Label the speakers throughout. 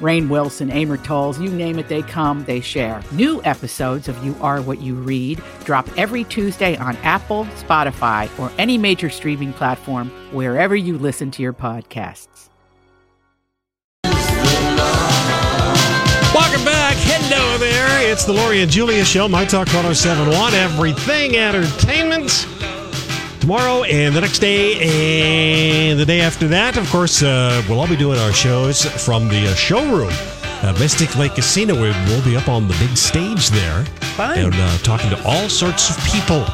Speaker 1: Rain Wilson, Amor Tolls, you name it, they come, they share. New episodes of You Are What You Read drop every Tuesday on Apple, Spotify, or any major streaming platform wherever you listen to your podcasts.
Speaker 2: Welcome back. Hello there. It's the Lori and Julia Show, My Talk 1071, Everything Entertainment. Tomorrow and the next day and the day after that, of course, uh, we'll all be doing our shows from the uh, showroom. Uh, Mystic Lake Casino, we will be up on the big stage there.
Speaker 1: Fun.
Speaker 2: And uh, talking to all sorts of people.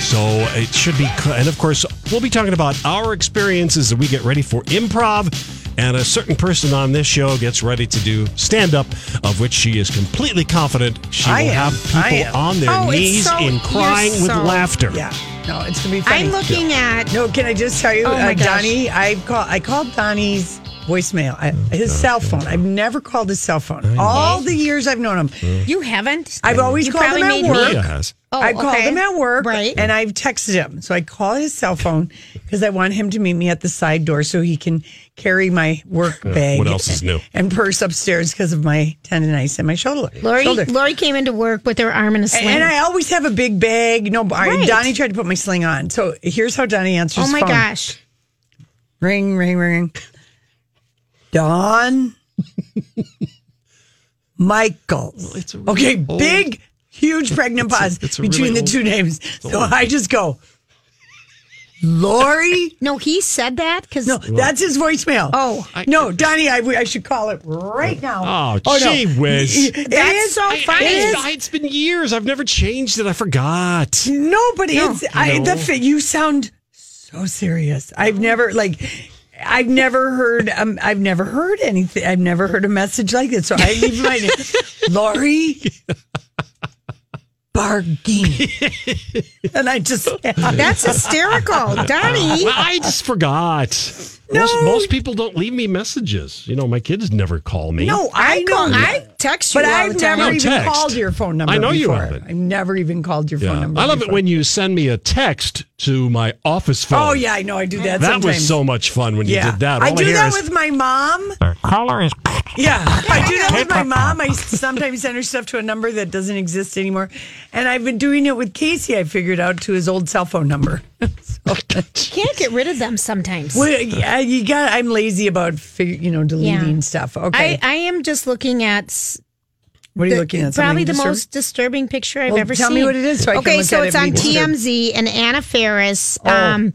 Speaker 2: So it should be, cl- and of course, we'll be talking about our experiences as we get ready for improv. And a certain person on this show gets ready to do stand up, of which she is completely confident she
Speaker 3: I
Speaker 2: will
Speaker 3: am.
Speaker 2: have
Speaker 3: I am.
Speaker 2: people on their
Speaker 4: Oh, it's
Speaker 2: knees
Speaker 4: so-
Speaker 2: in
Speaker 4: you're
Speaker 2: crying with
Speaker 4: so-
Speaker 2: laughter.
Speaker 3: Yeah. No, it's gonna be funny.
Speaker 4: I'm looking at
Speaker 3: no, can I just tell you,
Speaker 4: Oh, my
Speaker 3: uh,
Speaker 4: gosh.
Speaker 3: Donnie? I call. I called Donnie's voicemail. I, his cell phone. I've never called his cell phone. All the years I've known him,
Speaker 4: you haven't.
Speaker 3: I've always
Speaker 4: You
Speaker 3: called
Speaker 4: probably
Speaker 3: him at
Speaker 4: made
Speaker 3: work.
Speaker 4: me.
Speaker 2: Julia has.
Speaker 4: Oh,
Speaker 3: I've called
Speaker 4: okay.
Speaker 3: him at work,
Speaker 4: Right.
Speaker 3: and I've texted him. So I call his cell phone because I want him to meet me at the side door so he can carry my work bag.
Speaker 2: what else is new?
Speaker 3: And purse upstairs because of my tendonitis and my shoulder.
Speaker 4: Lori,
Speaker 3: shoulder.
Speaker 4: Lori came into work with her arm in a sling.
Speaker 3: And I always have a big bag. No, I
Speaker 4: Right.
Speaker 3: Donnie tried to put my sling on. So here's how Donnie answers.
Speaker 4: oh my
Speaker 3: phone.
Speaker 4: gosh.
Speaker 3: Ring, ring, ring. Don Michaels.
Speaker 2: it's a really
Speaker 3: okay,
Speaker 2: old-
Speaker 3: big, huge pregnant
Speaker 2: It's a-
Speaker 3: pause
Speaker 2: it's a
Speaker 3: between
Speaker 2: really
Speaker 3: the
Speaker 2: old-
Speaker 3: two names. So
Speaker 2: old.
Speaker 3: I just go, Lori.
Speaker 4: No, he said that because
Speaker 3: No, that's his voicemail.
Speaker 4: Oh.
Speaker 3: no, Donnie, I, I should call it right now.
Speaker 2: Oh, gee whiz.
Speaker 3: It
Speaker 4: That's
Speaker 3: is-
Speaker 4: so
Speaker 3: it
Speaker 4: funny.
Speaker 3: is-
Speaker 2: It's- it's been years. I've never changed it. I forgot.
Speaker 3: No, but it's I,
Speaker 2: No.
Speaker 3: the fi- you sound so serious. I've never like I've never heard um, I've never heard anything. I've never heard a message like this. So I leave my name, Lori Bargini, and I just
Speaker 4: that's hysterical, Donnie.
Speaker 2: Well, I just forgot. Most, most people don't leave me messages. You know, my kids never call me.
Speaker 3: no. I, know,
Speaker 4: call- I text you
Speaker 3: but
Speaker 4: all
Speaker 3: I've
Speaker 4: the time.
Speaker 3: never
Speaker 2: No,
Speaker 3: even
Speaker 2: text.
Speaker 3: called your phone number.
Speaker 2: I know you
Speaker 3: before.
Speaker 2: haven't.
Speaker 3: I've never even called your phone
Speaker 2: Yeah.
Speaker 3: number.
Speaker 2: I love it
Speaker 3: before.
Speaker 2: when you send me a text to my office phone.
Speaker 3: Oh yeah, I know. I do that.
Speaker 2: That
Speaker 3: sometimes.
Speaker 2: was so much fun when
Speaker 3: Yeah,
Speaker 2: you did that.
Speaker 3: I
Speaker 2: All
Speaker 3: do
Speaker 2: hear
Speaker 3: that
Speaker 2: is-
Speaker 3: with my mom.
Speaker 2: caller is
Speaker 3: Yeah, I do that with my mom. I sometimes send her stuff to a number that doesn't exist anymore, and I've been doing it with Casey. I figured out to his old cell phone number.
Speaker 4: Can't get rid of them sometimes.
Speaker 3: Well, yeah, you got. I'm lazy about fig- you know deleting
Speaker 4: Yeah.
Speaker 3: stuff. Okay,
Speaker 4: I, I am just looking at s-
Speaker 3: what are you looking at?
Speaker 4: probably
Speaker 3: Something
Speaker 4: the
Speaker 3: disturbing?
Speaker 4: most disturbing picture I've
Speaker 3: Well,
Speaker 4: ever
Speaker 3: tell
Speaker 4: seen.
Speaker 3: me what it is so I can
Speaker 4: okay,
Speaker 3: look
Speaker 4: so
Speaker 3: at it
Speaker 4: it's
Speaker 3: and
Speaker 4: on
Speaker 3: be disturbed.
Speaker 4: TMZ and Anna Ferris.
Speaker 3: Oh.
Speaker 4: Um,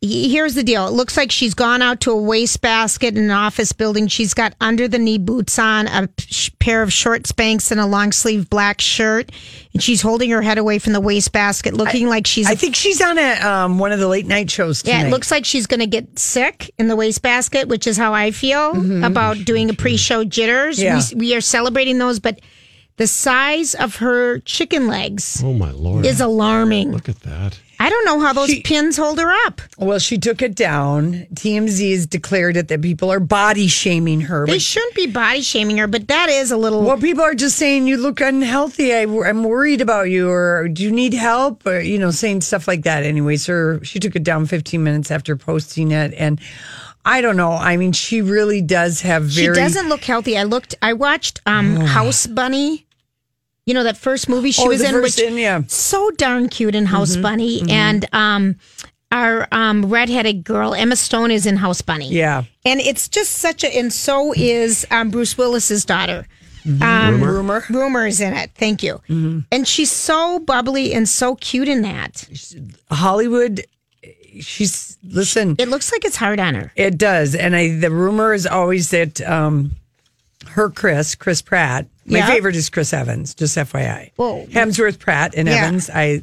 Speaker 4: y- here's the deal. It looks like she's gone out to a wastebasket in an office building. She's got under the knee boots on, a p- sh- pair of short spanks, and a long sleeve black shirt. And she's holding her head away from the wastebasket, looking like she's.
Speaker 3: I think she's on a um, one of the late night shows tonight.
Speaker 4: yeah, it looks like she's going to get sick in the wastebasket, which is how I feel about doing a pre show jitters.
Speaker 3: Mm-hmm. Yeah.
Speaker 4: We, we are celebrating those, but the size of her chicken legs
Speaker 2: Oh my lord!
Speaker 4: is alarming.
Speaker 2: Look at that.
Speaker 4: I don't know how those pins hold her up.
Speaker 3: Well, she took it down. TMZ has declared it that people are body shaming her.
Speaker 4: They
Speaker 3: but-
Speaker 4: shouldn't be body shaming her, but that is a little.
Speaker 3: well, people are just saying you look unhealthy. I, am worried about you, or do you need help? Or you know, saying stuff like that. Anyways, her she took it down 15 minutes after posting it, and I don't know. I mean, she really does have
Speaker 4: she
Speaker 3: very.
Speaker 4: doesn't look healthy. I looked. I watched um, House Bunny. You know that first movie she
Speaker 3: Oh,
Speaker 4: was
Speaker 3: the
Speaker 4: in,
Speaker 3: first
Speaker 4: which
Speaker 3: in, Mm-hmm. yeah.
Speaker 4: so darn cute in House Bunny, and um, our um, redheaded girl Emma Stone is in House Bunny.
Speaker 3: Yeah.
Speaker 4: and it's just such a, and so is um, Bruce Willis's daughter. Um,
Speaker 3: Mm-hmm. Rumor. Mm-hmm.
Speaker 4: rumors in it. Thank you. And she's so bubbly and so cute in that.
Speaker 3: Hollywood she's listen.
Speaker 4: It looks like it's hard on her.
Speaker 3: It does, and I the rumor is always that um, her Chris, Chris Pratt. My
Speaker 4: Yeah.
Speaker 3: favorite is Chris Evans. Just FYI,
Speaker 4: Whoa.
Speaker 3: Hemsworth, Pratt, and
Speaker 4: Yeah.
Speaker 3: Evans. I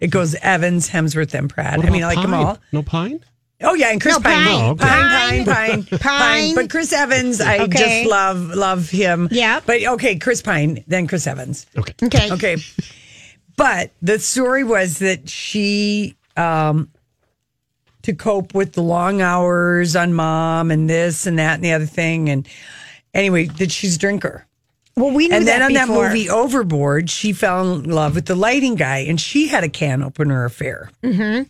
Speaker 3: it goes Evans, Hemsworth, and Pratt. I
Speaker 2: What
Speaker 3: mean, I
Speaker 2: about
Speaker 3: like them
Speaker 2: Pine?
Speaker 3: all.
Speaker 2: No pine?
Speaker 3: Oh yeah, and Chris
Speaker 4: No,
Speaker 3: Pine.
Speaker 4: Pine.
Speaker 2: Oh, okay.
Speaker 3: Pine, Pine, Pine,
Speaker 4: Pine.
Speaker 3: But Chris Evans, I
Speaker 4: Okay.
Speaker 3: just love love him.
Speaker 4: Yeah.
Speaker 3: But okay, Chris Pine, then Chris Evans.
Speaker 2: Okay.
Speaker 4: Okay.
Speaker 3: Okay. but the story was that she, um, to cope with the long hours on mom and this and that and the other thing, and anyway, that she's a drinker.
Speaker 4: Well, we knew
Speaker 3: And
Speaker 4: that
Speaker 3: then on
Speaker 4: before.
Speaker 3: that movie Overboard, she fell in love with the lighting guy, and she had a can opener affair. Mm-hmm.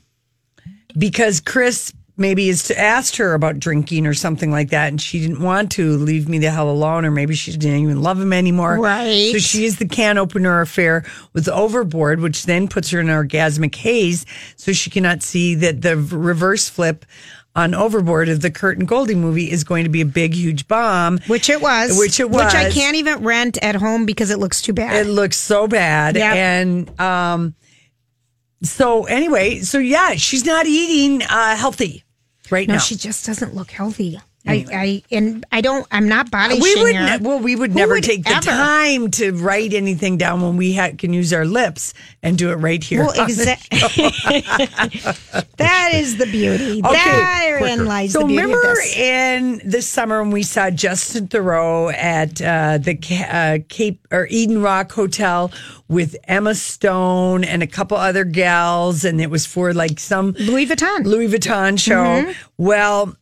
Speaker 3: Because Chris maybe is to asked her about drinking or something like that, and she didn't want to leave me the hell alone, or maybe she didn't even love him anymore.
Speaker 4: Right.
Speaker 3: So she is the can opener affair with Overboard, which then puts her in an orgasmic haze, so she cannot see that the reverse flip. On Overboard of the Kurt and Goldie movie is going to be a big, huge bomb.
Speaker 4: which it was.
Speaker 3: Which it
Speaker 4: Which I
Speaker 3: was.
Speaker 4: can't even rent at home because it looks too bad.
Speaker 3: It looks so bad.
Speaker 4: Yep.
Speaker 3: And um so anyway, so yeah, she's not eating uh healthy right
Speaker 4: no,
Speaker 3: now.
Speaker 4: she just doesn't look healthy. I, I and I don't. I'm not body
Speaker 3: we
Speaker 4: shaming
Speaker 3: would ne-
Speaker 4: her.
Speaker 3: well, we would
Speaker 4: Who
Speaker 3: never
Speaker 4: would
Speaker 3: take the
Speaker 4: ever?
Speaker 3: time to write anything down when we ha- can use our lips and do it right here.
Speaker 4: Well,
Speaker 3: on the
Speaker 4: exactly. that is the beauty. Therein lies
Speaker 3: So
Speaker 4: the beauty
Speaker 3: remember
Speaker 4: of this.
Speaker 3: in the summer when we saw Justin Thoreau at uh, the Ca- uh, Cape or Eden Rock Hotel with Emma Stone and a couple other gals, and it was for like some
Speaker 4: Louis Vuitton.
Speaker 3: Louis Vuitton show. Well,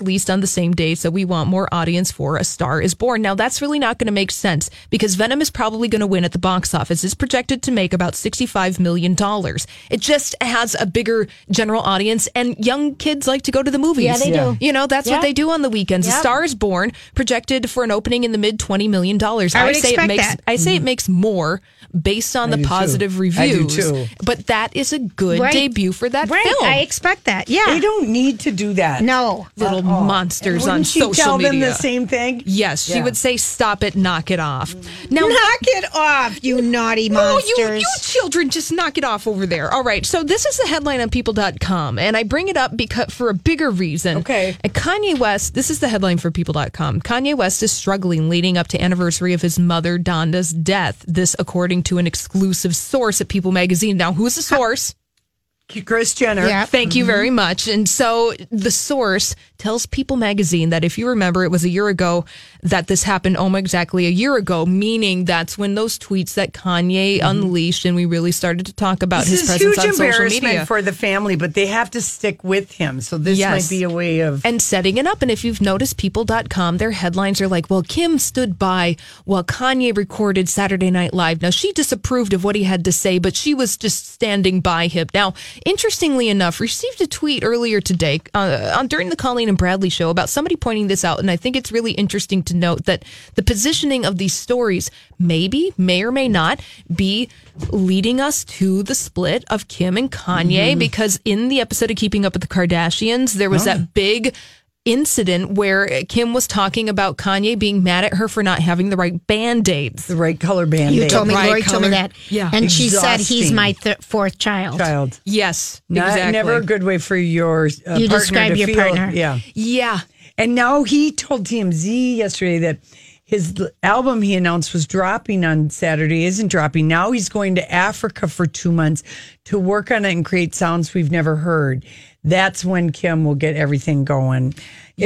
Speaker 5: released on the same day, so we want more audience for A Star is Born. Now, that's really not going to make sense because Venom is probably going to win at the box office. It's projected to make about $65 million. It just has a bigger general audience, and young kids like to go to the movies.
Speaker 4: Yeah, they do.
Speaker 5: You know, that's
Speaker 4: Yeah.
Speaker 5: what they do on the weekends. A
Speaker 4: Yep.
Speaker 5: Star is Born, projected for an opening in the mid $20 million. I,
Speaker 4: would
Speaker 5: say it
Speaker 4: expect
Speaker 5: makes
Speaker 4: that.
Speaker 5: I say it makes more based on the
Speaker 3: do too.
Speaker 5: positive
Speaker 3: I do
Speaker 5: reviews.
Speaker 3: too.
Speaker 5: But that is a good
Speaker 4: Right.
Speaker 5: debut for that
Speaker 4: right.
Speaker 5: film.
Speaker 4: I expect that. Yeah.
Speaker 3: They don't need to do that.
Speaker 4: no.
Speaker 5: Little monsters
Speaker 3: Wouldn't
Speaker 5: on
Speaker 3: she
Speaker 5: social
Speaker 3: tell
Speaker 5: media.
Speaker 3: them the same thing?
Speaker 5: Yes, she
Speaker 3: Yeah.
Speaker 5: would say, "Stop it, knock it off." Now,
Speaker 4: Knock it off, you naughty
Speaker 5: no,
Speaker 4: monsters.
Speaker 5: you, you children, just knock it off over there. All right. So this is the headline on People.com, and I bring it up because for a bigger reason.
Speaker 3: Okay.
Speaker 5: And Kanye West. This is the headline for People.com. Kanye West is struggling leading up to anniversary of his mother Donda's death. This, according to an exclusive source at People Magazine. Now, who's the source?
Speaker 3: Chris Jenner.
Speaker 4: Yeah.
Speaker 5: Thank
Speaker 3: Mm-hmm.
Speaker 5: you very much. And so the source tells People magazine that if you remember, it was a year ago that this happened almost exactly a year ago, meaning that's when those tweets that Kanye unleashed and we really started to talk about
Speaker 3: Mm-hmm. This
Speaker 5: his
Speaker 3: is
Speaker 5: presence
Speaker 3: huge
Speaker 5: on social media.
Speaker 3: embarrassment for the family, but they have to stick with him. So this
Speaker 5: Yes.
Speaker 3: might be a way of
Speaker 5: and setting it up. And if you've noticed people.com, their headlines are like, well, Kim stood by while Kanye recorded Saturday Night Live. Now, she disapproved of what he had to say, but she was just standing by him. Now, interestingly enough, received a tweet earlier today uh, on during the Colleen and Bradley show about somebody pointing this out. And I think it's really interesting to note that the positioning of these stories maybe, may or may not be leading us to the split of Kim and Kanye
Speaker 3: Mm-hmm.
Speaker 5: because in the episode of Keeping Up with the Kardashians, there was
Speaker 3: Oh.
Speaker 5: that big incident where Kim was talking about Kanye being mad at her for not having the right band aids.
Speaker 3: the right color band.
Speaker 4: You
Speaker 3: aid.
Speaker 4: told me,
Speaker 5: Right
Speaker 4: Lori told me
Speaker 5: color.
Speaker 4: that.
Speaker 5: Yeah.
Speaker 4: And she said, he's
Speaker 3: Exhausting.
Speaker 4: my th- fourth child.
Speaker 3: child.
Speaker 5: Yes,
Speaker 3: Not,
Speaker 5: exactly.
Speaker 3: Never a good way for your uh, partner
Speaker 4: You describe
Speaker 3: to
Speaker 4: your
Speaker 3: feel.
Speaker 4: partner.
Speaker 3: Yeah.
Speaker 5: yeah.
Speaker 3: And now he told TMZ yesterday that his l- album he announced was dropping on Saturday isn't dropping. Now he's going to Africa for two months to work on it and create sounds we've never heard. That's when Kim will get everything going. It-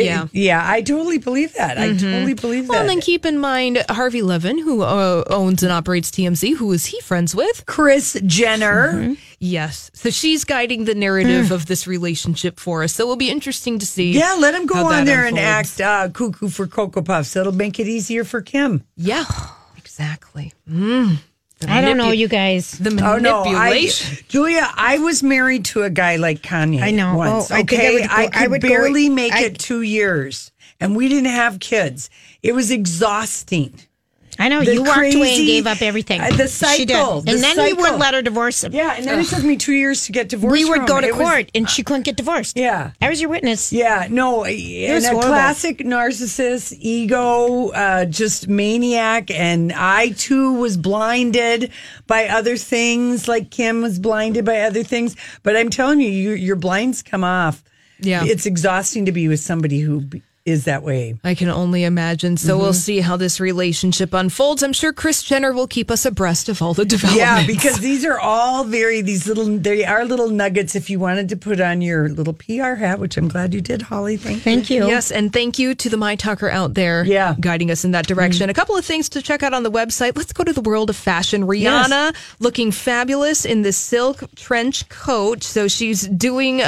Speaker 5: Yeah. Mm-hmm.
Speaker 3: yeah, I totally believe that. I totally believe
Speaker 5: Well,
Speaker 3: that.
Speaker 5: and then keep in mind Harvey Levin, who uh, owns and operates TMZ. Who is he friends with?
Speaker 3: Chris Jenner.
Speaker 5: Yes. So she's guiding the narrative of this relationship for us. So it'll be interesting to see.
Speaker 3: Mm. Yeah, let him go
Speaker 5: how that
Speaker 3: on there and
Speaker 5: unfolds.
Speaker 3: act uh, cuckoo for Cocoa Puffs. It'll make it easier for Kim.
Speaker 5: Yeah, exactly.
Speaker 4: I don't know, you guys.
Speaker 5: The
Speaker 3: Oh no, I,
Speaker 5: manipulation.
Speaker 3: Julia, I was married to a guy like Kanye.
Speaker 4: I know.
Speaker 3: Once,
Speaker 4: Oh, I think I
Speaker 3: okay,
Speaker 4: would go-
Speaker 3: I,
Speaker 4: I
Speaker 3: could
Speaker 4: would go-
Speaker 3: barely make
Speaker 4: I-
Speaker 3: it two years, and we didn't have kids. It was exhausting.
Speaker 4: I know.
Speaker 3: The
Speaker 4: you walked away
Speaker 3: crazy-
Speaker 4: and gave up everything.
Speaker 3: uh, the
Speaker 4: She did.
Speaker 3: cycle,
Speaker 4: And
Speaker 3: the
Speaker 4: then you
Speaker 3: cycle.
Speaker 4: wouldn't let her divorce him.
Speaker 3: Yeah, and then it took me two years to get divorced.
Speaker 4: We would
Speaker 3: from
Speaker 4: go
Speaker 3: him.
Speaker 4: to
Speaker 3: It was- uh,
Speaker 4: court and she couldn't get divorced.
Speaker 3: Yeah.
Speaker 4: I was your witness.
Speaker 3: yeah, no,
Speaker 4: was
Speaker 3: and a
Speaker 4: horrible.
Speaker 3: classic narcissist, ego, uh, just maniac, and I too was blinded by other things, like Kim was blinded by other things. But I'm telling you, you your blinds come off.
Speaker 5: Yeah.
Speaker 3: it's exhausting to be with somebody who b- is that way.
Speaker 5: I can only imagine. So
Speaker 3: Mm-hmm.
Speaker 5: we'll see how this relationship unfolds. I'm sure Chris Jenner will keep us abreast of all the developments.
Speaker 3: Yeah, because these are all very these little they are little nuggets if you wanted to put on your little PR hat, which I'm glad you did, Holly. Thank you.
Speaker 4: Thank you.
Speaker 5: Yes, and thank you to the My Talker out there
Speaker 3: Yeah.
Speaker 5: guiding us in that direction. A couple of things to check out on the website. Let's go to the world of fashion. Rihanna looking fabulous in this silk trench coat. So she's doing a,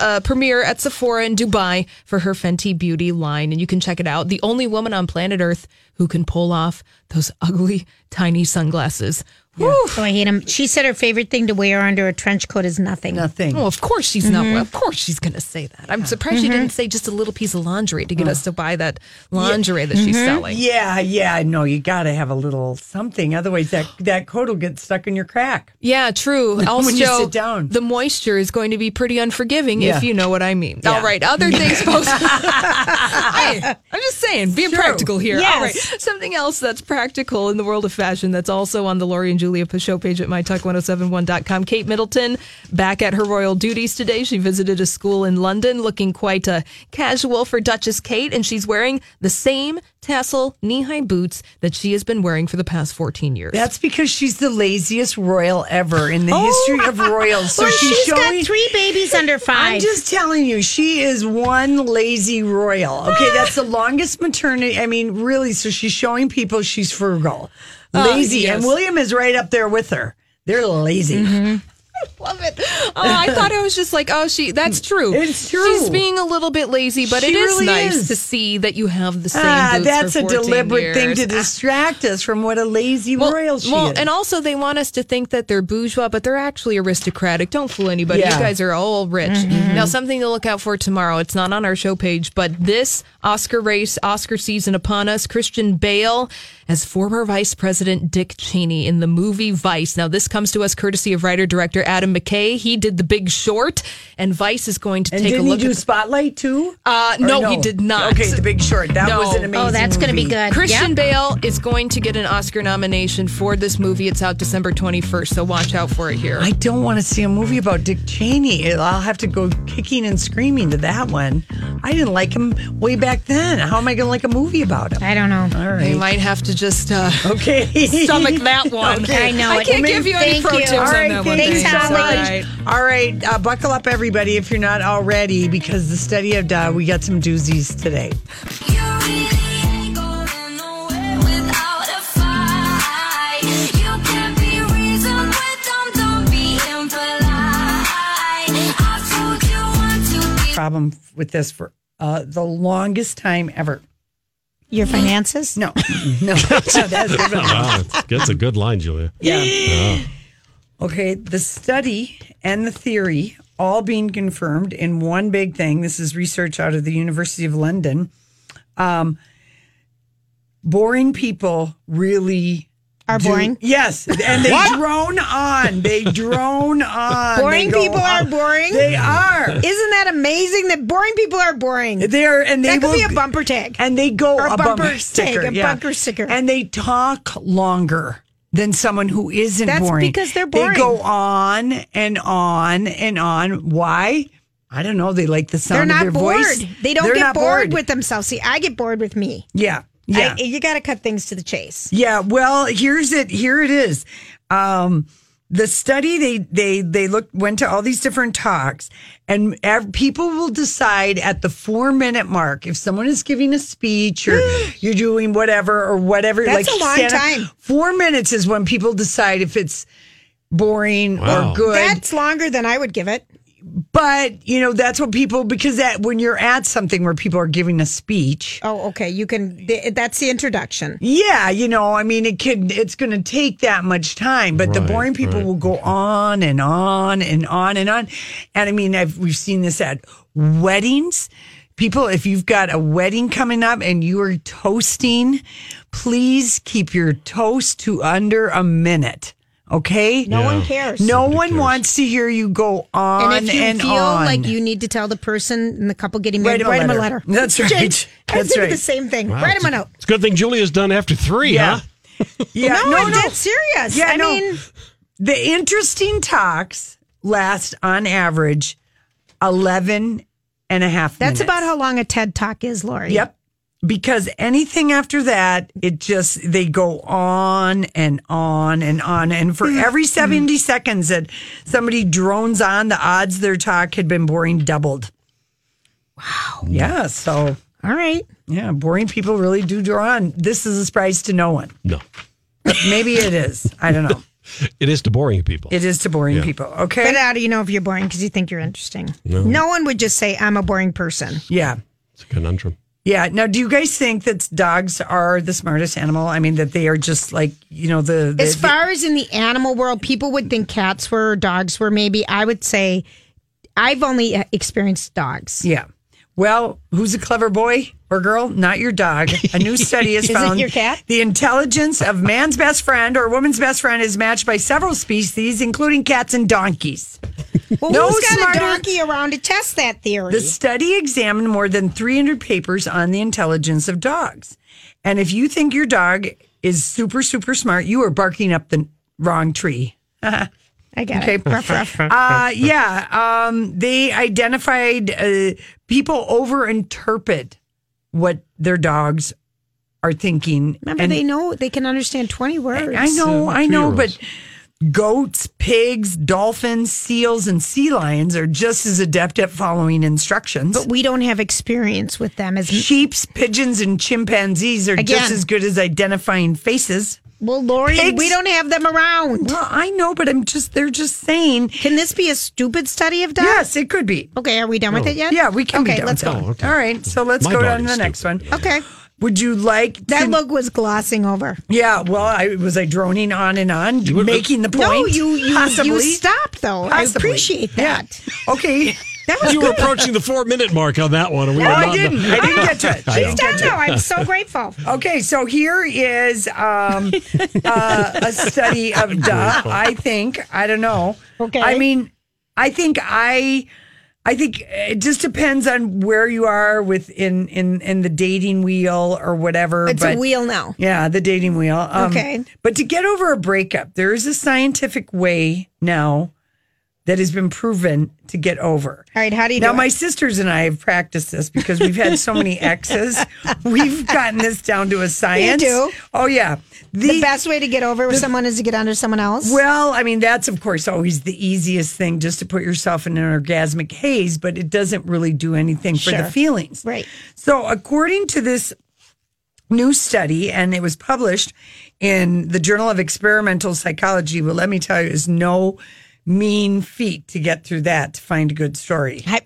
Speaker 5: a premiere at Sephora in Dubai for her Fenty Beauty line, and you can check it out. The only woman on planet Earth who can pull off those ugly, tiny sunglasses. Whew.
Speaker 4: Oh, I hate him. She said her favorite thing to wear under a trench coat is nothing.
Speaker 3: Nothing.
Speaker 5: Oh, of course she's not. Of course she's going to say that. I'm surprised she didn't say just a little piece of lingerie to get us to buy that lingerie that she's selling.
Speaker 3: Yeah, yeah, no, you got to have a little something, otherwise that that coat will get stuck in your crack.
Speaker 5: Yeah, true. Also,
Speaker 3: When you sit down.
Speaker 5: the moisture is going to be pretty unforgiving
Speaker 3: Yeah.
Speaker 5: if you know what I mean.
Speaker 3: Yeah.
Speaker 5: All right, other things posted. hey, I'm just saying, being practical here. All right,
Speaker 4: Yes.
Speaker 5: something else that's practical in the world of fashion that's also on the Lori and Julia show page at mytalk1071.com. Kate Middleton back at her royal duties today. She visited a school in London looking quite uh, casual for Duchess Kate, and she's wearing the same tassel knee high boots that she has been wearing for the past 14 years.
Speaker 3: That's because she's the laziest royal ever in the
Speaker 5: Oh,
Speaker 3: history of royals. So
Speaker 4: Well,
Speaker 3: she's
Speaker 4: she's
Speaker 3: showing
Speaker 4: got three babies under five.
Speaker 3: I'm just telling you, she is one lazy royal. Okay, that's the longest maternity. I mean, really. So she's showing people she's frugal, lazy,
Speaker 5: Oh, yes. Mm-hmm,
Speaker 3: and William is right up there with her. They're lazy.
Speaker 5: Love it. Oh, I thought it was just like, oh, she. That's true.
Speaker 3: It's true.
Speaker 5: She's being a little bit lazy, but
Speaker 3: She
Speaker 5: it is
Speaker 3: really
Speaker 5: nice
Speaker 3: is.
Speaker 5: to see that you have the same.
Speaker 3: Ah,
Speaker 5: boots
Speaker 3: that's
Speaker 5: for
Speaker 3: a
Speaker 5: 14
Speaker 3: deliberate thing
Speaker 5: years.
Speaker 3: to distract us from what a lazy
Speaker 5: Well,
Speaker 3: royal she
Speaker 5: well,
Speaker 3: is.
Speaker 5: and also they want us to think that they're bourgeois, but they're actually aristocratic. Don't fool anybody.
Speaker 3: Yeah. Mm-hmm.
Speaker 5: You guys are all rich. Now, something to look out for tomorrow. It's not on our show page, but this Oscar race, Oscar season upon us. Christian Bale as former Vice President Dick Cheney in the movie Vice. Now, this comes to us courtesy of writer director Adam McKay. He did The Big Short, and Vice is going to
Speaker 3: And
Speaker 5: take a
Speaker 3: didn't he
Speaker 5: look
Speaker 3: do
Speaker 5: at.
Speaker 3: Spotlight too?
Speaker 5: Uh,
Speaker 3: Or
Speaker 5: no, he did not.
Speaker 3: Okay, The Big Short. That
Speaker 5: No.
Speaker 3: was an amazing.
Speaker 4: oh, that's going to be
Speaker 3: movie.
Speaker 4: good.
Speaker 5: Christian
Speaker 4: Yep.
Speaker 5: Bale is going to get an Oscar nomination for this movie. It's out December 21st, so watch out for it here.
Speaker 3: I don't want to see a movie about Dick Cheney. I'll have to go kicking and screaming to that one. I didn't like him way back then. How am I going to like a movie about him?
Speaker 4: I don't know.
Speaker 3: All
Speaker 5: You
Speaker 3: right.
Speaker 5: might have to just uh,
Speaker 3: Okay.
Speaker 5: stomach that one.
Speaker 4: I know
Speaker 5: I
Speaker 4: it.
Speaker 5: can't
Speaker 4: Well,
Speaker 5: give you any
Speaker 4: thank
Speaker 5: pro
Speaker 4: you.
Speaker 5: tips
Speaker 4: All
Speaker 5: on
Speaker 4: right,
Speaker 5: that one.
Speaker 4: thanks,
Speaker 5: Dave.
Speaker 4: Holly.
Speaker 5: All right.
Speaker 3: All right. Uh, buckle up, everybody, if you're not already, because the study of uh, we got some doozies today. Problem with this for uh, the longest time ever.
Speaker 4: Your finances?
Speaker 3: No, no, no that's
Speaker 2: wow, that's a good line, Julia.
Speaker 3: Yeah. Okay, the study and the theory all being confirmed in one big thing. This is research out of the University of London. Um, boring people really
Speaker 4: Are
Speaker 3: do-
Speaker 4: boring.
Speaker 3: Yes, and they drone on. They drone on. They
Speaker 4: Boring
Speaker 3: go
Speaker 4: people are
Speaker 3: on.
Speaker 4: boring?
Speaker 3: They are.
Speaker 4: Isn't that amazing that boring people are boring?
Speaker 3: They are, and they
Speaker 4: that could
Speaker 3: will,
Speaker 4: be a bumper tag.
Speaker 3: and they go
Speaker 4: Or a
Speaker 3: a
Speaker 4: bumper
Speaker 3: bumper,
Speaker 4: stick,
Speaker 3: sticker,
Speaker 4: a
Speaker 3: yeah.
Speaker 4: bumper sticker.
Speaker 3: and they talk longer than someone who isn't
Speaker 4: That's
Speaker 3: boring
Speaker 4: because they're boring.
Speaker 3: They go on and on and on. Why? I don't know. They like the
Speaker 4: They're
Speaker 3: sound
Speaker 4: not
Speaker 3: of their
Speaker 4: bored.
Speaker 3: voice.
Speaker 4: They don't
Speaker 3: They're
Speaker 4: get
Speaker 3: not
Speaker 4: bored, with themselves. See, I get bored with me.
Speaker 3: Yeah, yeah,
Speaker 4: I, you got to cut things to the chase.
Speaker 3: yeah. Well, here's it. Here it is. Um, the study they they they looked went to all these different talks, and ev- people will decide at the four minute mark if someone is giving a speech or you're doing whatever or whatever.
Speaker 4: Mm. That's a long
Speaker 3: stand up-
Speaker 4: time.
Speaker 3: Four minutes is when people decide if it's boring
Speaker 2: Wow.
Speaker 3: or good.
Speaker 4: That's longer than I would give it.
Speaker 3: but you know that's what people because that when you're at something where people are giving a speech.
Speaker 4: Oh, okay. You can. th- That's the introduction.
Speaker 3: Yeah, you know, I mean, it could, it's going to take that much time, but the
Speaker 2: Right,
Speaker 3: boring people
Speaker 2: right.
Speaker 3: will go on and on and on and on. And I mean, I've, we've seen this at weddings. People, if you've got a wedding coming up and you are toasting, please keep your toast to under a minute. Okay.
Speaker 4: No one cares.
Speaker 3: No one
Speaker 2: cares.
Speaker 3: wants to hear you go on and,
Speaker 4: And if you feel
Speaker 3: on.
Speaker 4: like you need to tell the person and the couple getting married,
Speaker 3: Write
Speaker 4: write
Speaker 3: 'em
Speaker 4: them
Speaker 3: a
Speaker 4: a
Speaker 3: letter.
Speaker 4: letter.
Speaker 3: That's right.
Speaker 4: Jake, I
Speaker 3: That's
Speaker 4: think
Speaker 3: right.
Speaker 4: the same thing. Write them a note.
Speaker 2: It's a good thing Julia's done after three,
Speaker 3: Yeah.
Speaker 2: huh?
Speaker 3: yeah.
Speaker 4: No, I'm dead serious.
Speaker 3: Yeah,
Speaker 4: I
Speaker 3: no.
Speaker 4: mean,
Speaker 3: The interesting talks last on average 11 and a half minutes.
Speaker 4: That's about how long a TED Talk is, Lori.
Speaker 3: Yep. Because anything after that, it just, they go on and on and on. And for
Speaker 4: Mm-hmm.
Speaker 3: every 70 seconds that somebody drones on, the odds their talk had been boring doubled. Wow. Yeah. So,
Speaker 4: All right.
Speaker 3: yeah, boring people really do draw on. This is a surprise to no one.
Speaker 2: No,
Speaker 3: But maybe it is. I don't know.
Speaker 2: it is to boring people.
Speaker 3: It is to boring
Speaker 2: Yeah.
Speaker 3: people. Okay.
Speaker 4: But how do you know if you're boring? Because you think you're interesting.
Speaker 2: No.
Speaker 4: one would just say, I'm a boring person.
Speaker 3: yeah.
Speaker 2: It's a conundrum.
Speaker 3: Yeah. Now, do you guys think that dogs are the smartest animal? I mean, that they are just like, you know, the. the
Speaker 4: As far as in the animal world, people would think cats were, or dogs were maybe. I would say I've only uh, experienced dogs.
Speaker 3: Yeah. Well, who's a clever boy or girl? Not your dog. A new study has
Speaker 4: Is it
Speaker 3: found
Speaker 4: your cat?
Speaker 3: the intelligence of man's best friend or woman's best friend is matched by several species, including cats and donkeys.
Speaker 4: Well,
Speaker 3: No
Speaker 4: who's got
Speaker 3: smarter-
Speaker 4: a donkey around to test that theory?
Speaker 3: The study examined more than 300 papers on the intelligence of dogs. And if you think your dog is super, super smart, you are barking up the wrong tree.
Speaker 4: I got
Speaker 3: Okay.
Speaker 4: it. Ruff, ruff.
Speaker 3: Uh, yeah, um, they identified uh, people overinterpret what their dogs are thinking.
Speaker 4: Remember,
Speaker 3: And-
Speaker 4: they know they can understand 20 words.
Speaker 3: I know, I know,
Speaker 2: three-year-olds.
Speaker 3: but goats, pigs, dolphins, seals, and sea lions are just as adept at following instructions.
Speaker 4: But we don't have experience with them as
Speaker 3: Sheeps, pigeons, and chimpanzees are just
Speaker 4: Again.
Speaker 3: as good as identifying faces.
Speaker 4: well, Lori.
Speaker 3: Pigs-
Speaker 4: We don't have them around.
Speaker 3: Well, I know, but I'm just—they're just saying.
Speaker 4: Can this be a stupid study of dogs?
Speaker 3: Yes, it could be.
Speaker 4: Okay, are we done with it yet?
Speaker 3: Yeah, we can
Speaker 4: Okay,
Speaker 3: be done.
Speaker 4: let's
Speaker 3: with
Speaker 4: go.
Speaker 3: that. All right, so let's
Speaker 2: Oh, My
Speaker 3: go down to the
Speaker 2: body's
Speaker 3: next one.
Speaker 2: stupid.
Speaker 4: Okay,
Speaker 3: Would you like
Speaker 4: that
Speaker 3: to-
Speaker 4: look was glossing over.
Speaker 3: Yeah, well, I was I droning on and on,
Speaker 2: would-
Speaker 3: making the point.
Speaker 4: No, you you,
Speaker 3: Possibly.
Speaker 4: you stopped though.
Speaker 3: Possibly.
Speaker 4: I appreciate
Speaker 3: Yeah.
Speaker 4: that.
Speaker 3: Okay.
Speaker 4: That was
Speaker 2: You were
Speaker 4: good.
Speaker 2: approaching the four minute mark on that one. and we
Speaker 3: No,
Speaker 2: were
Speaker 3: I
Speaker 2: not-
Speaker 3: didn't. I didn't get to it.
Speaker 2: I
Speaker 4: She's
Speaker 2: know.
Speaker 4: done though. I'm so grateful.
Speaker 3: Okay, so here is um, uh, a study of duh. I think I don't know.
Speaker 4: Okay.
Speaker 3: I mean, I think I, I think uh, it just depends on where you are within in in the dating wheel or whatever.
Speaker 4: It's
Speaker 3: but-
Speaker 4: a wheel now.
Speaker 3: Yeah, the dating wheel. Um,
Speaker 4: Okay.
Speaker 3: But to get over a breakup, there is a scientific way now that has been proven to get over.
Speaker 4: All right, how do you
Speaker 3: Now,
Speaker 4: do
Speaker 3: my
Speaker 4: it?
Speaker 3: sisters and I have practiced this because we've had so many exes. We've gotten this down to a science.
Speaker 4: do?
Speaker 3: Oh, yeah.
Speaker 4: The best way to get over with someone is to get under someone else.
Speaker 3: Well, I mean, that's of course always the easiest thing just to put yourself in an orgasmic haze, but it doesn't really do anything for the
Speaker 4: Sure.
Speaker 3: feelings.
Speaker 4: Right.
Speaker 3: So, according to this new study, and it was published in the Journal of Experimental Psychology, but let me tell you, is no mean feat to get through that to find a good story.
Speaker 4: I-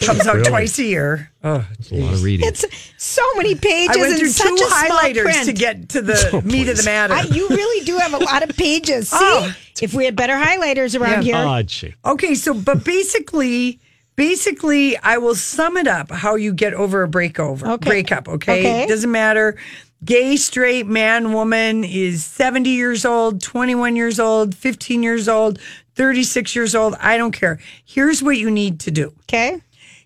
Speaker 3: Comes out twice a year. Oh,
Speaker 2: It's a lot of reading.
Speaker 4: it's so many pages
Speaker 3: I went
Speaker 4: and
Speaker 3: through
Speaker 4: such
Speaker 3: two
Speaker 4: a small
Speaker 3: highlighters
Speaker 4: print.
Speaker 3: to get to the meat of the matter.
Speaker 4: I, you really do have a lot of pages. See,
Speaker 3: Oh.
Speaker 4: if we had better highlighters around here,
Speaker 2: Ah, gee.
Speaker 3: Okay, so but basically, basically, I will sum it up how you get over a breakover
Speaker 4: Okay.
Speaker 3: breakup. Okay?
Speaker 4: Okay.
Speaker 3: it doesn't matter. Gay, straight, man, woman is 70 years old, 21 years old, 15 years old, 36 years old. I don't care. Here's what you need to do
Speaker 4: okay.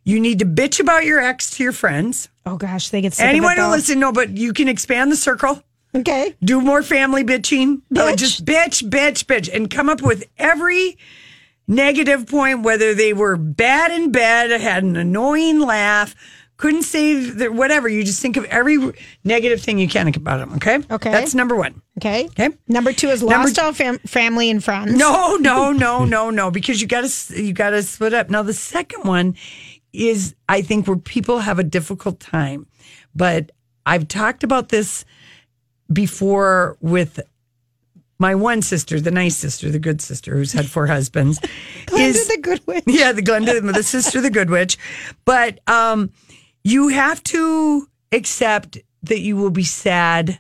Speaker 3: you need to bitch about your ex to your friends.
Speaker 4: Oh gosh, they get sick
Speaker 3: Anyone
Speaker 4: of it,
Speaker 3: who
Speaker 4: though.
Speaker 3: listen, no, but you can expand the circle
Speaker 4: Okay,
Speaker 3: do more family bitching. Oh,
Speaker 4: Bitch.
Speaker 3: just bitch, bitch, bitch, and come up with every negative point, whether they were bad in bed, had an annoying laugh, couldn't save their whatever. You just think of every negative thing you can about them. Okay.
Speaker 4: Okay.
Speaker 3: That's number one.
Speaker 4: okay,
Speaker 3: Okay.
Speaker 4: Number two is
Speaker 3: Number
Speaker 4: lost all fam- family and friends.
Speaker 3: No, no, no, no, no, because you got to you got to split up. Now the second one is I think where people have a difficult time. But I've talked about this before with my one sister, the nice sister, the good sister who's had four husbands.
Speaker 4: Glenda the good witch.
Speaker 3: Yeah, the Glenda, the sister, the good witch. But um, you have to accept that you will be sad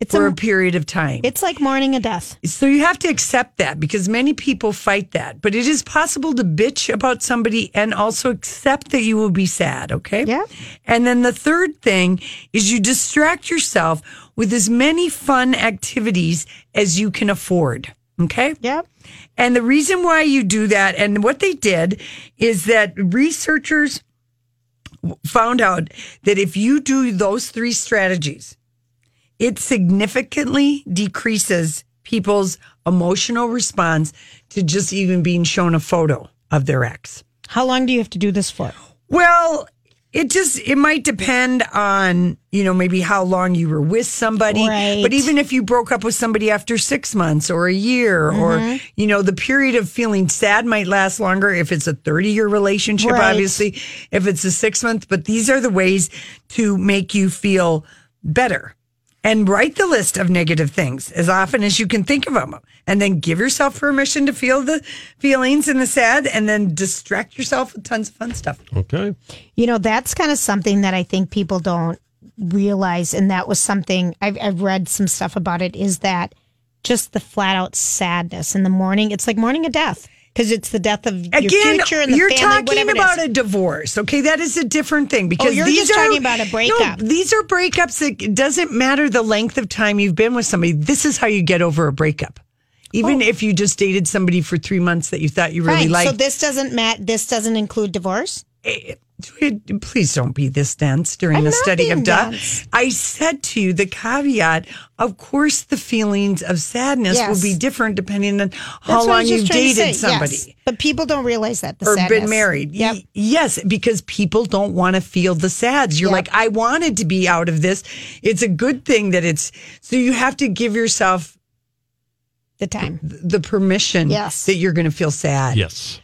Speaker 4: It's
Speaker 3: for
Speaker 4: a,
Speaker 3: a period of time.
Speaker 4: it's like mourning a death.
Speaker 3: So you have to accept that because many people fight that. But it is possible to bitch about somebody and also accept that you will be sad, okay?
Speaker 4: Yeah.
Speaker 3: And then the third thing is you distract yourself with as many fun activities as you can afford, okay?
Speaker 4: Yep.
Speaker 3: And the reason why you do that and what they did is that researchers found out that if you do those three strategies, it significantly decreases people's emotional response to just even being shown a photo of their ex.
Speaker 4: How long do you have to do this for?
Speaker 3: Well, it just it might depend on you know maybe how long you were with somebody
Speaker 4: Right.
Speaker 3: but even if you broke up with somebody after six months or a year
Speaker 4: Mm-hmm.
Speaker 3: or you know the period of feeling sad might last longer if it's a 30 year relationship
Speaker 4: Right.
Speaker 3: obviously if it's a six month but these are the ways to make you feel better and write the list of negative things as often as you can think of them and then give yourself permission to feel the feelings and the sad and then distract yourself with tons of fun stuff
Speaker 2: Okay.
Speaker 4: You know, that's kind of something that I think people don't realize. And that was something I've, I've read some stuff about it is that just the flat out sadness in the morning, it's like mourning a death because it's the death of your
Speaker 3: Again,
Speaker 4: future and the
Speaker 3: you're
Speaker 4: family,
Speaker 3: talking
Speaker 4: whatever it is. Oh,
Speaker 3: about a divorce. Okay, that is a different thing because
Speaker 4: you're
Speaker 3: these
Speaker 4: just
Speaker 3: are,
Speaker 4: talking about a breakup.
Speaker 3: No, these are breakups that it doesn't matter the length of time you've been with somebody. This is how you get over a breakup. Even if you just dated somebody for three months that you thought you really
Speaker 4: Oh. Right.
Speaker 3: liked.
Speaker 4: so
Speaker 3: Eh,
Speaker 4: this doesn't mat. This doesn't include divorce.
Speaker 3: Please don't be this dense during
Speaker 4: I'm
Speaker 3: the
Speaker 4: not
Speaker 3: study of
Speaker 4: being
Speaker 3: death.
Speaker 4: dense.
Speaker 3: I said to you the caveat, of course, the feelings of sadness
Speaker 4: Yes.
Speaker 3: will be different depending on
Speaker 4: That's
Speaker 3: how
Speaker 4: what I
Speaker 3: long
Speaker 4: was just
Speaker 3: you've
Speaker 4: trying to
Speaker 3: dated
Speaker 4: say,
Speaker 3: somebody.
Speaker 4: yes. But people don't realize that. The
Speaker 3: or
Speaker 4: sadness.
Speaker 3: been married.
Speaker 4: Yep.
Speaker 3: Y- yes, because people don't want to feel the sads. You're
Speaker 4: Yep.
Speaker 3: like, I wanted to be out of this. It's a good thing that it's so you have to give yourself
Speaker 4: The time.
Speaker 3: th- the permission
Speaker 4: Yes.
Speaker 3: that you're going to feel sad,
Speaker 2: Yes.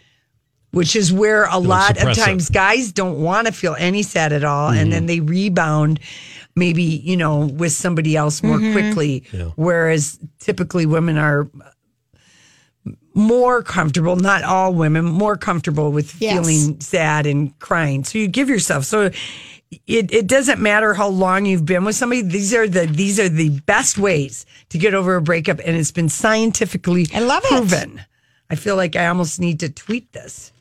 Speaker 3: which is where a lot of
Speaker 2: suppress it.
Speaker 3: times guys don't want to feel any sad at all. And then they rebound maybe, you know, with somebody else more
Speaker 4: Mm-hmm.
Speaker 3: quickly. Whereas typically women are more comfortable, not all women, more comfortable with
Speaker 4: Yes.
Speaker 3: feeling sad and crying. So you give yourself. So it, it doesn't matter how long you've been with somebody. These are the these are the best ways to get over a breakup, and it's been scientifically
Speaker 4: I love it.
Speaker 3: proven. I feel like I almost need to tweet this,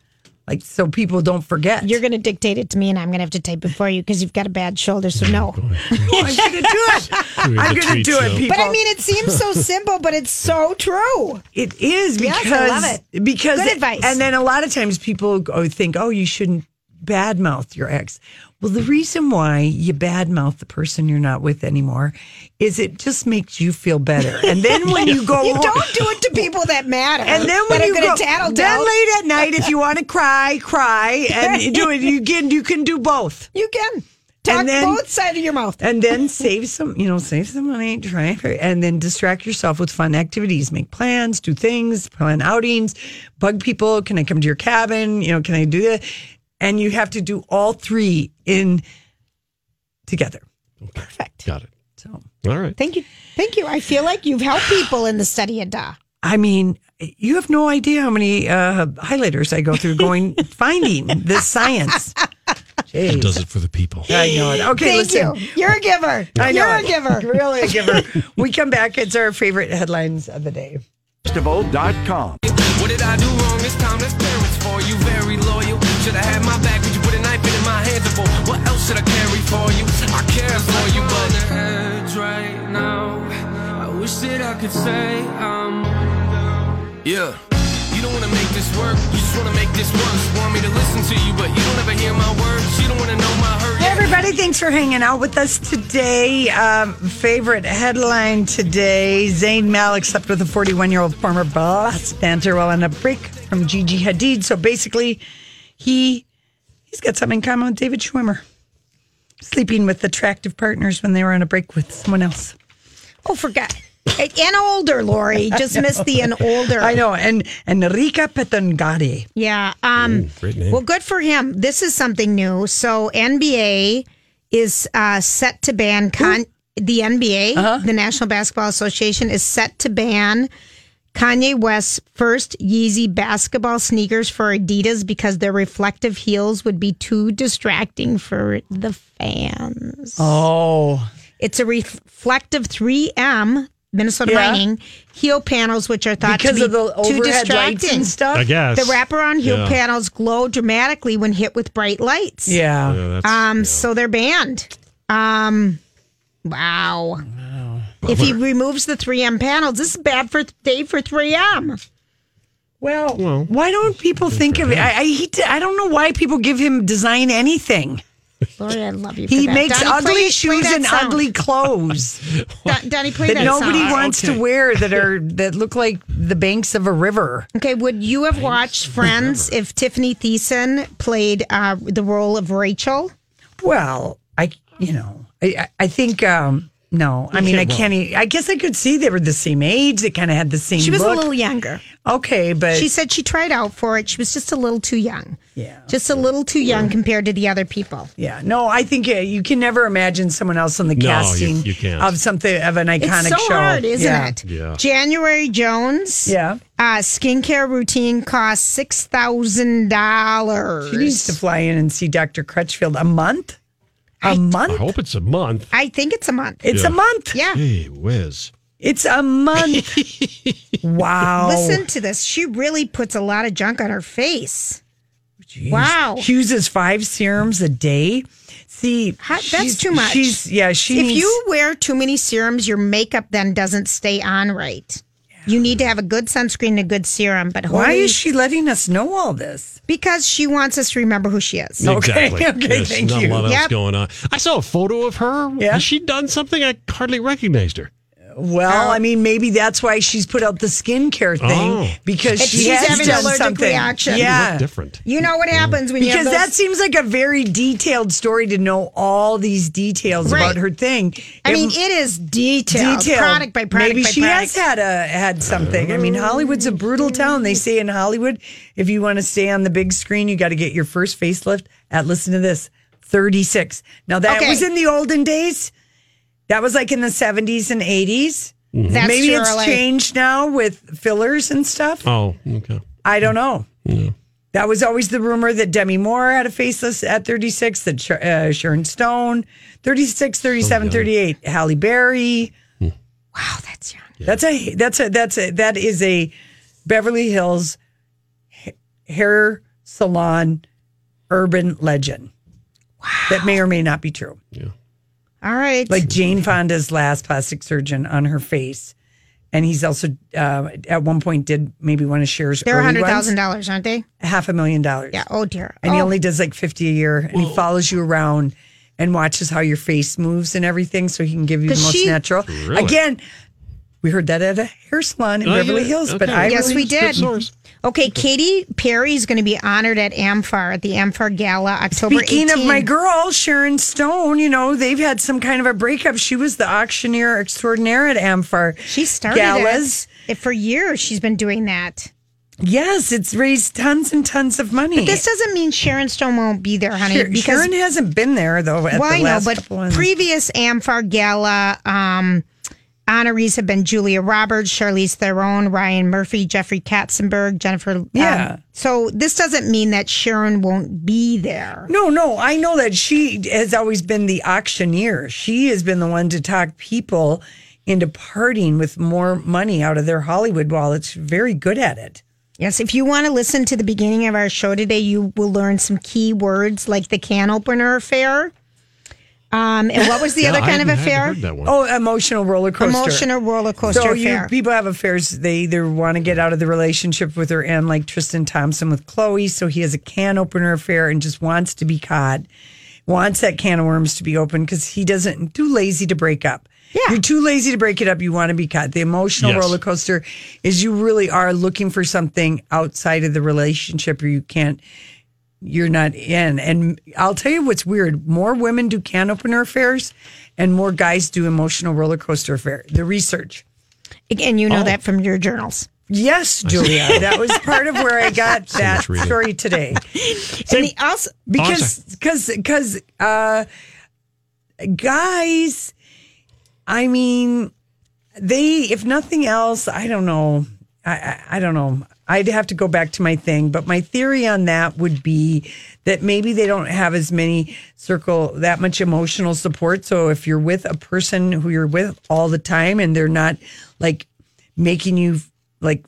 Speaker 3: like so people don't forget.
Speaker 4: You're going to dictate it to me, and I'm going to have to type it for you because you've got a bad shoulder. So no.
Speaker 3: I'm gonna do it. I'm gonna do it, people.
Speaker 4: But I mean, it seems so simple, but it's so true.
Speaker 3: It is
Speaker 4: Yes, I
Speaker 3: because
Speaker 4: love it.
Speaker 3: because
Speaker 4: Good advice.
Speaker 3: And then a lot of times people go, think, oh, you shouldn't badmouth your ex. Well, the reason why you badmouth the person you're not with anymore is it just makes you feel better. And then when you go
Speaker 4: You
Speaker 3: home,
Speaker 4: don't do it to people that matter.
Speaker 3: and then when
Speaker 4: that
Speaker 3: you
Speaker 4: are going
Speaker 3: go
Speaker 4: to tattle
Speaker 3: then
Speaker 4: down.
Speaker 3: late at night, if you want to cry, cry, and you do it. You can you can do both.
Speaker 4: you can talk
Speaker 3: And then-
Speaker 4: both sides of your mouth.
Speaker 3: And then save some, you know, save some money, try for, and then distract yourself with fun activities. Make plans, do things, plan outings, bug people. Can I come to your cabin? You know, can I do that? And you have to do all three in together.
Speaker 4: Perfect.
Speaker 2: Got it.
Speaker 3: So,
Speaker 2: All right.
Speaker 4: Thank you. Thank you. I feel like you've helped people in the study of da.
Speaker 3: I mean, you have no idea how many uh, highlighters I go through going finding this science.
Speaker 2: That
Speaker 3: Jeez.
Speaker 2: does it for the people.
Speaker 3: I know it. Okay,
Speaker 4: Thank
Speaker 3: listen.
Speaker 4: you. You're a giver.
Speaker 3: I know
Speaker 4: You're a
Speaker 3: it.
Speaker 4: giver.
Speaker 3: Really a giver. we come back. It's our favorite headlines of the day.
Speaker 6: Festival.com.
Speaker 7: What did I do wrong this time? That's parents for you. Very loyal. Should I have my back? Would you put a knife in my hands? For what else should I carry for you? I care for you, but right now. I wish that I could say um. Yeah. You don't wanna make this work. You just wanna make this worse. Want me to listen to you, but you don't ever hear my words. You don't wanna know my hurt.
Speaker 3: Hey, everybody. Thanks for hanging out with us today. Um, favorite headline today Zayn Malik slept with a 41 year old former boss dancer while on a break from Gigi Hadid. So basically, he he's got something in common with David Schwimmer sleeping with attractive partners when they were on a break with someone else.
Speaker 4: Oh, forgot. And older, Lori. Just missed the and older.
Speaker 3: I know. And Enrica Petangari.
Speaker 4: Yeah.
Speaker 3: Mm.
Speaker 4: Um,
Speaker 2: great name.
Speaker 4: Well, good for him. This is something new. So NBA is uh, set to ban con- the NBA,
Speaker 3: Uh-huh.
Speaker 4: the National Basketball Association, is set to ban Kanye West's first Yeezy basketball sneakers for Adidas because their reflective heels would be too distracting for the fans.
Speaker 3: Oh.
Speaker 4: It's a reflective 3M. Minnesota
Speaker 3: Yeah.
Speaker 4: Mining heel panels, which are thought
Speaker 3: Because
Speaker 4: to
Speaker 3: of
Speaker 4: be
Speaker 3: the
Speaker 4: too
Speaker 3: overhead lights
Speaker 4: distracting.
Speaker 3: and stuff?
Speaker 2: I guess.
Speaker 4: The wraparound heel
Speaker 2: Yeah.
Speaker 4: panels glow dramatically when hit with bright lights.
Speaker 3: Yeah.
Speaker 2: Yeah, that's-
Speaker 4: Um, so they're banned. Um, wow. If he removes the 3M panels, this is bad for Dave for 3M.
Speaker 3: Well, why don't people think of it? I, I, he, I don't know why people give him design anything.
Speaker 4: Lori, I love you. for
Speaker 3: He
Speaker 4: that.
Speaker 3: makes
Speaker 4: Donnie,
Speaker 3: ugly
Speaker 4: play- play
Speaker 3: shoes
Speaker 4: that
Speaker 3: and
Speaker 4: sound.
Speaker 3: ugly clothes
Speaker 4: Don, Donnie, play
Speaker 3: that
Speaker 4: that
Speaker 3: nobody
Speaker 4: sound.
Speaker 3: wants to wear that are that look like the banks of a river.
Speaker 4: Okay, would you have watched Friends if Tiffany Thiessen played uh, the role of Rachel?
Speaker 3: Well, I you know I I- I think um no I mean I can't e- I guess I could see they were the same age they kind of had the same.
Speaker 4: She was a
Speaker 3: look.
Speaker 4: little younger.
Speaker 3: Okay, but
Speaker 4: She said she tried out for it. She was just a little too young.
Speaker 3: Yeah.
Speaker 4: Just a little too young compared to the other people.
Speaker 3: Yeah, no, I think uh, you can never imagine someone else on the
Speaker 2: No, you-
Speaker 3: casting
Speaker 2: you can't.
Speaker 3: of something of an iconic
Speaker 4: It's so
Speaker 3: show.
Speaker 4: hard, isn't
Speaker 3: Yeah.
Speaker 4: it?
Speaker 2: Yeah.
Speaker 4: January Jones.
Speaker 3: Yeah.
Speaker 4: Uh, skincare routine costs six thousand
Speaker 3: She needs to
Speaker 4: dollars.
Speaker 3: fly in and see Dr. Crutchfield a month. A
Speaker 2: I
Speaker 3: month?
Speaker 2: hope it's a month.
Speaker 4: I think it's a month.
Speaker 3: It's
Speaker 2: Yeah.
Speaker 3: a month.
Speaker 4: Yeah.
Speaker 2: Hey, whiz.
Speaker 3: It's a month. wow.
Speaker 4: Listen to this. She really puts a lot of junk on her face.
Speaker 3: Jeez.
Speaker 4: wow.
Speaker 3: She uses five serums a day. See,
Speaker 4: How-
Speaker 3: she's-
Speaker 4: that's too much.
Speaker 3: She's yeah. She
Speaker 4: if
Speaker 3: needs-
Speaker 4: you wear too many serums, your makeup then doesn't stay on right. You need to have a good sunscreen and a good serum. But
Speaker 3: Why
Speaker 4: holy-
Speaker 3: is she letting us know all this?
Speaker 4: Because she wants us to remember who she is.
Speaker 3: Okay, okay,
Speaker 2: There's
Speaker 3: thank
Speaker 2: not
Speaker 3: you.
Speaker 2: a lot else
Speaker 4: Yep.
Speaker 2: going on. I saw a photo of her.
Speaker 3: Yeah.
Speaker 2: Has she done something? I hardly recognized her.
Speaker 3: Well, I mean, maybe that's why she's put out the skincare thing
Speaker 2: Oh.
Speaker 3: because
Speaker 4: It's-
Speaker 3: she
Speaker 4: she's
Speaker 3: has
Speaker 4: having an
Speaker 3: done
Speaker 4: allergic
Speaker 3: something.
Speaker 4: reaction.
Speaker 2: She
Speaker 3: Yeah,
Speaker 2: looked different.
Speaker 4: You know what happens when you
Speaker 3: because
Speaker 4: have those-
Speaker 3: that seems like a very detailed story to know all these details
Speaker 4: Right.
Speaker 3: about her thing.
Speaker 4: I mean,
Speaker 3: It-
Speaker 4: it is detailed, product by product.
Speaker 3: Maybe
Speaker 4: by
Speaker 3: she
Speaker 4: product.
Speaker 3: has had a had something. I mean, Hollywood's a brutal town. They say in Hollywood, if you want to stay on the big screen, you got to get your first facelift at. Listen to this, thirty six. Now that
Speaker 4: Okay.
Speaker 3: was in the olden days. That was like in the seventies and 80s
Speaker 4: That's
Speaker 3: Maybe
Speaker 4: your
Speaker 3: it's
Speaker 4: LA.
Speaker 3: changed now with fillers and stuff.
Speaker 2: Oh, okay.
Speaker 3: I don't know. That was always the rumor that Demi Moore had a faceless at 36, that Sh- uh, Sharon Stone, 36, 37, 38, Halle Berry.
Speaker 4: Wow, oh, that's young.
Speaker 3: That's a that's a that's a that is a Beverly Hills ha- hair salon urban legend. That may or may not be true.
Speaker 4: All right.
Speaker 3: Like Jane Fonda's last plastic surgeon on her face. And he's also uh, at one point did maybe one of Cher's
Speaker 4: they're
Speaker 3: early
Speaker 4: hundred
Speaker 3: ones.
Speaker 4: thousand dollars, aren't they?
Speaker 3: half a million dollars.
Speaker 4: Yeah. Oh dear.
Speaker 3: and he
Speaker 4: Oh,
Speaker 3: only does like 50 a year and he follows you around and watches how your face moves and everything so he can give you the
Speaker 4: 'Cause
Speaker 3: most
Speaker 4: she-
Speaker 3: natural again we heard that at a hair salon in
Speaker 2: Oh,
Speaker 3: beverly
Speaker 2: yeah.
Speaker 3: hills but
Speaker 2: Okay.
Speaker 3: i
Speaker 4: yes,
Speaker 3: really-
Speaker 4: we did.
Speaker 2: source.
Speaker 4: Okay, Katy Perry is going to be honored at AmFAR at the AmFAR Gala October.
Speaker 3: speaking of
Speaker 4: 18.
Speaker 3: my girl sharon stone you know they've had some kind of a breakup she was the auctioneer extraordinaire at amfar
Speaker 4: she started
Speaker 3: galas
Speaker 4: it. It- for years. She's been doing that.
Speaker 3: yes it's raised tons and tons of money
Speaker 4: But this doesn't mean Sharon Stone won't be there, honey.
Speaker 3: Sharon-
Speaker 4: because
Speaker 3: sharon hasn't been there though at
Speaker 4: well,
Speaker 3: the
Speaker 4: I know,
Speaker 3: last
Speaker 4: but um,
Speaker 3: couple ones.
Speaker 4: previous AmFAR Gala um, honorees have been Julia Roberts, Charlize Theron, Ryan Murphy, Jeffrey Katzenberg, Jennifer. um,
Speaker 3: Yeah.
Speaker 4: so this doesn't mean that Sharon won't be there.
Speaker 3: No, no, I know that she has always been the auctioneer. She has been the one to talk people into partying with more money out of their Hollywood wallets. Very good at it.
Speaker 4: Yes, if you want to listen to the beginning of our show today, you will learn some key words like the can opener affair. Um, and what was the other
Speaker 2: I
Speaker 4: kind of
Speaker 2: hadn't- hadn't
Speaker 4: affair?
Speaker 2: heard that one.
Speaker 3: Oh, emotional roller coaster.
Speaker 4: Emotional roller coaster
Speaker 3: So you
Speaker 4: affair.
Speaker 3: people have affairs. They either want to get out of the relationship with her, and like Tristan Thompson with Chloe, so he has a can opener affair and just wants to be caught, wants that can of worms to be opened because he doesn't too lazy to break up.
Speaker 4: Yeah.
Speaker 3: you're too lazy to break it up. You want to be caught. The emotional
Speaker 2: Yes.
Speaker 3: roller coaster is you really are looking for something outside of the relationship, or you can't. You're not in. And I'll tell you what's weird. More women do can opener affairs and more guys do emotional roller coaster affair. The research.
Speaker 4: and you know
Speaker 3: Oh.
Speaker 4: that from your journals.
Speaker 3: Yes, Julia. that was part of where I got that
Speaker 2: much reading.
Speaker 3: story today.
Speaker 4: And the also,
Speaker 3: Because because because uh guys, I mean they if nothing else, I don't know. I, I I don't know. I'd have to go back to my thing, but my theory on that would be that maybe they don't have as many circle that much emotional support. So if you're with a person who you're with all the time and they're not like making you like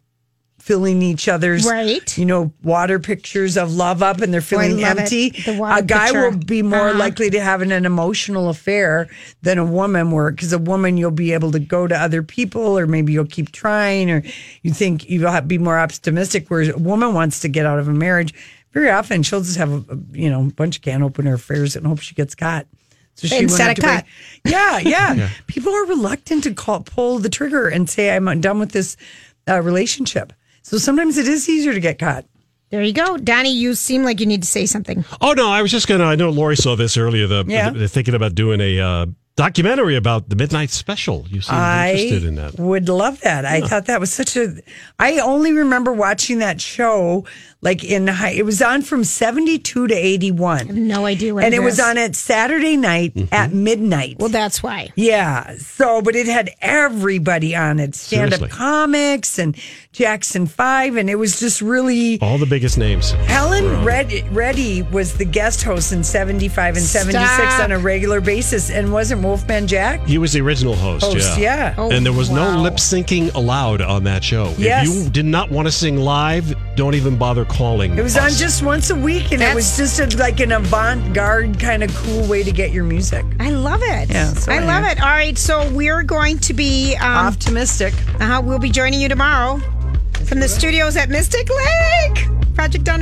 Speaker 3: filling each other's
Speaker 4: Right.
Speaker 3: you know water pictures of love up and they're feeling
Speaker 4: love it.
Speaker 3: empty
Speaker 4: The water
Speaker 3: a guy
Speaker 4: picture. Uh-huh.
Speaker 3: will be more likely to have an, an emotional affair than a woman where because a woman you'll be able to go to other people or maybe you'll keep trying or you think you'll have, be more optimistic whereas a woman wants to get out of a marriage very often she'll just have a, a, you know a bunch of can opener affairs and hope she gets caught. So she
Speaker 4: Instead
Speaker 3: went
Speaker 4: of
Speaker 3: up to
Speaker 4: cut.
Speaker 3: Bra- yeah, yeah,
Speaker 2: Yeah.
Speaker 3: People are reluctant to call, pull the trigger and say I'm done with this uh, relationship. So sometimes it is easier to get caught.
Speaker 4: There you go. Donnie, you seem like you need to say something.
Speaker 2: Oh no, I was just gonna. I know Lori saw this earlier. The,
Speaker 4: Yeah.
Speaker 2: the- thinking about doing a uh, documentary about the midnight special. You seem
Speaker 3: I
Speaker 2: interested in that.
Speaker 3: would love that. I
Speaker 2: Yeah.
Speaker 3: thought that was such a. I only remember watching that show like in high. It was on from seventy two to eighty one,
Speaker 4: No idea what
Speaker 3: and it
Speaker 4: is.
Speaker 3: was on at Saturday night
Speaker 2: Mm-hmm.
Speaker 3: at midnight.
Speaker 4: Well, that's why.
Speaker 3: Yeah. So, but it had everybody on it stand up
Speaker 2: Seriously.
Speaker 3: comics and Jackson 5. And it was just really.
Speaker 2: All the biggest names.
Speaker 3: Helen Red- Reddy was the guest host in 75 and 76
Speaker 4: Stop.
Speaker 3: on a regular basis. And wasn't Wolfman Jack?
Speaker 2: He was the original host.
Speaker 3: Host,
Speaker 2: yeah.
Speaker 3: yeah. Oh,
Speaker 2: and there was
Speaker 3: wow.
Speaker 2: no lip syncing allowed on that show.
Speaker 3: Yes.
Speaker 2: If you did not want to sing live, don't even bother calling.
Speaker 3: It was on
Speaker 2: us.
Speaker 3: just once a week, and it was just a, like an avant garde kind of cool way to get your music.
Speaker 4: I love it.
Speaker 3: Yeah, so
Speaker 4: I love
Speaker 3: anyway.
Speaker 4: it. All right, so we're going to be um,
Speaker 3: optimistic.
Speaker 4: Uh-huh, we'll be joining you tomorrow from the studios at Mystic Lake. Project Done.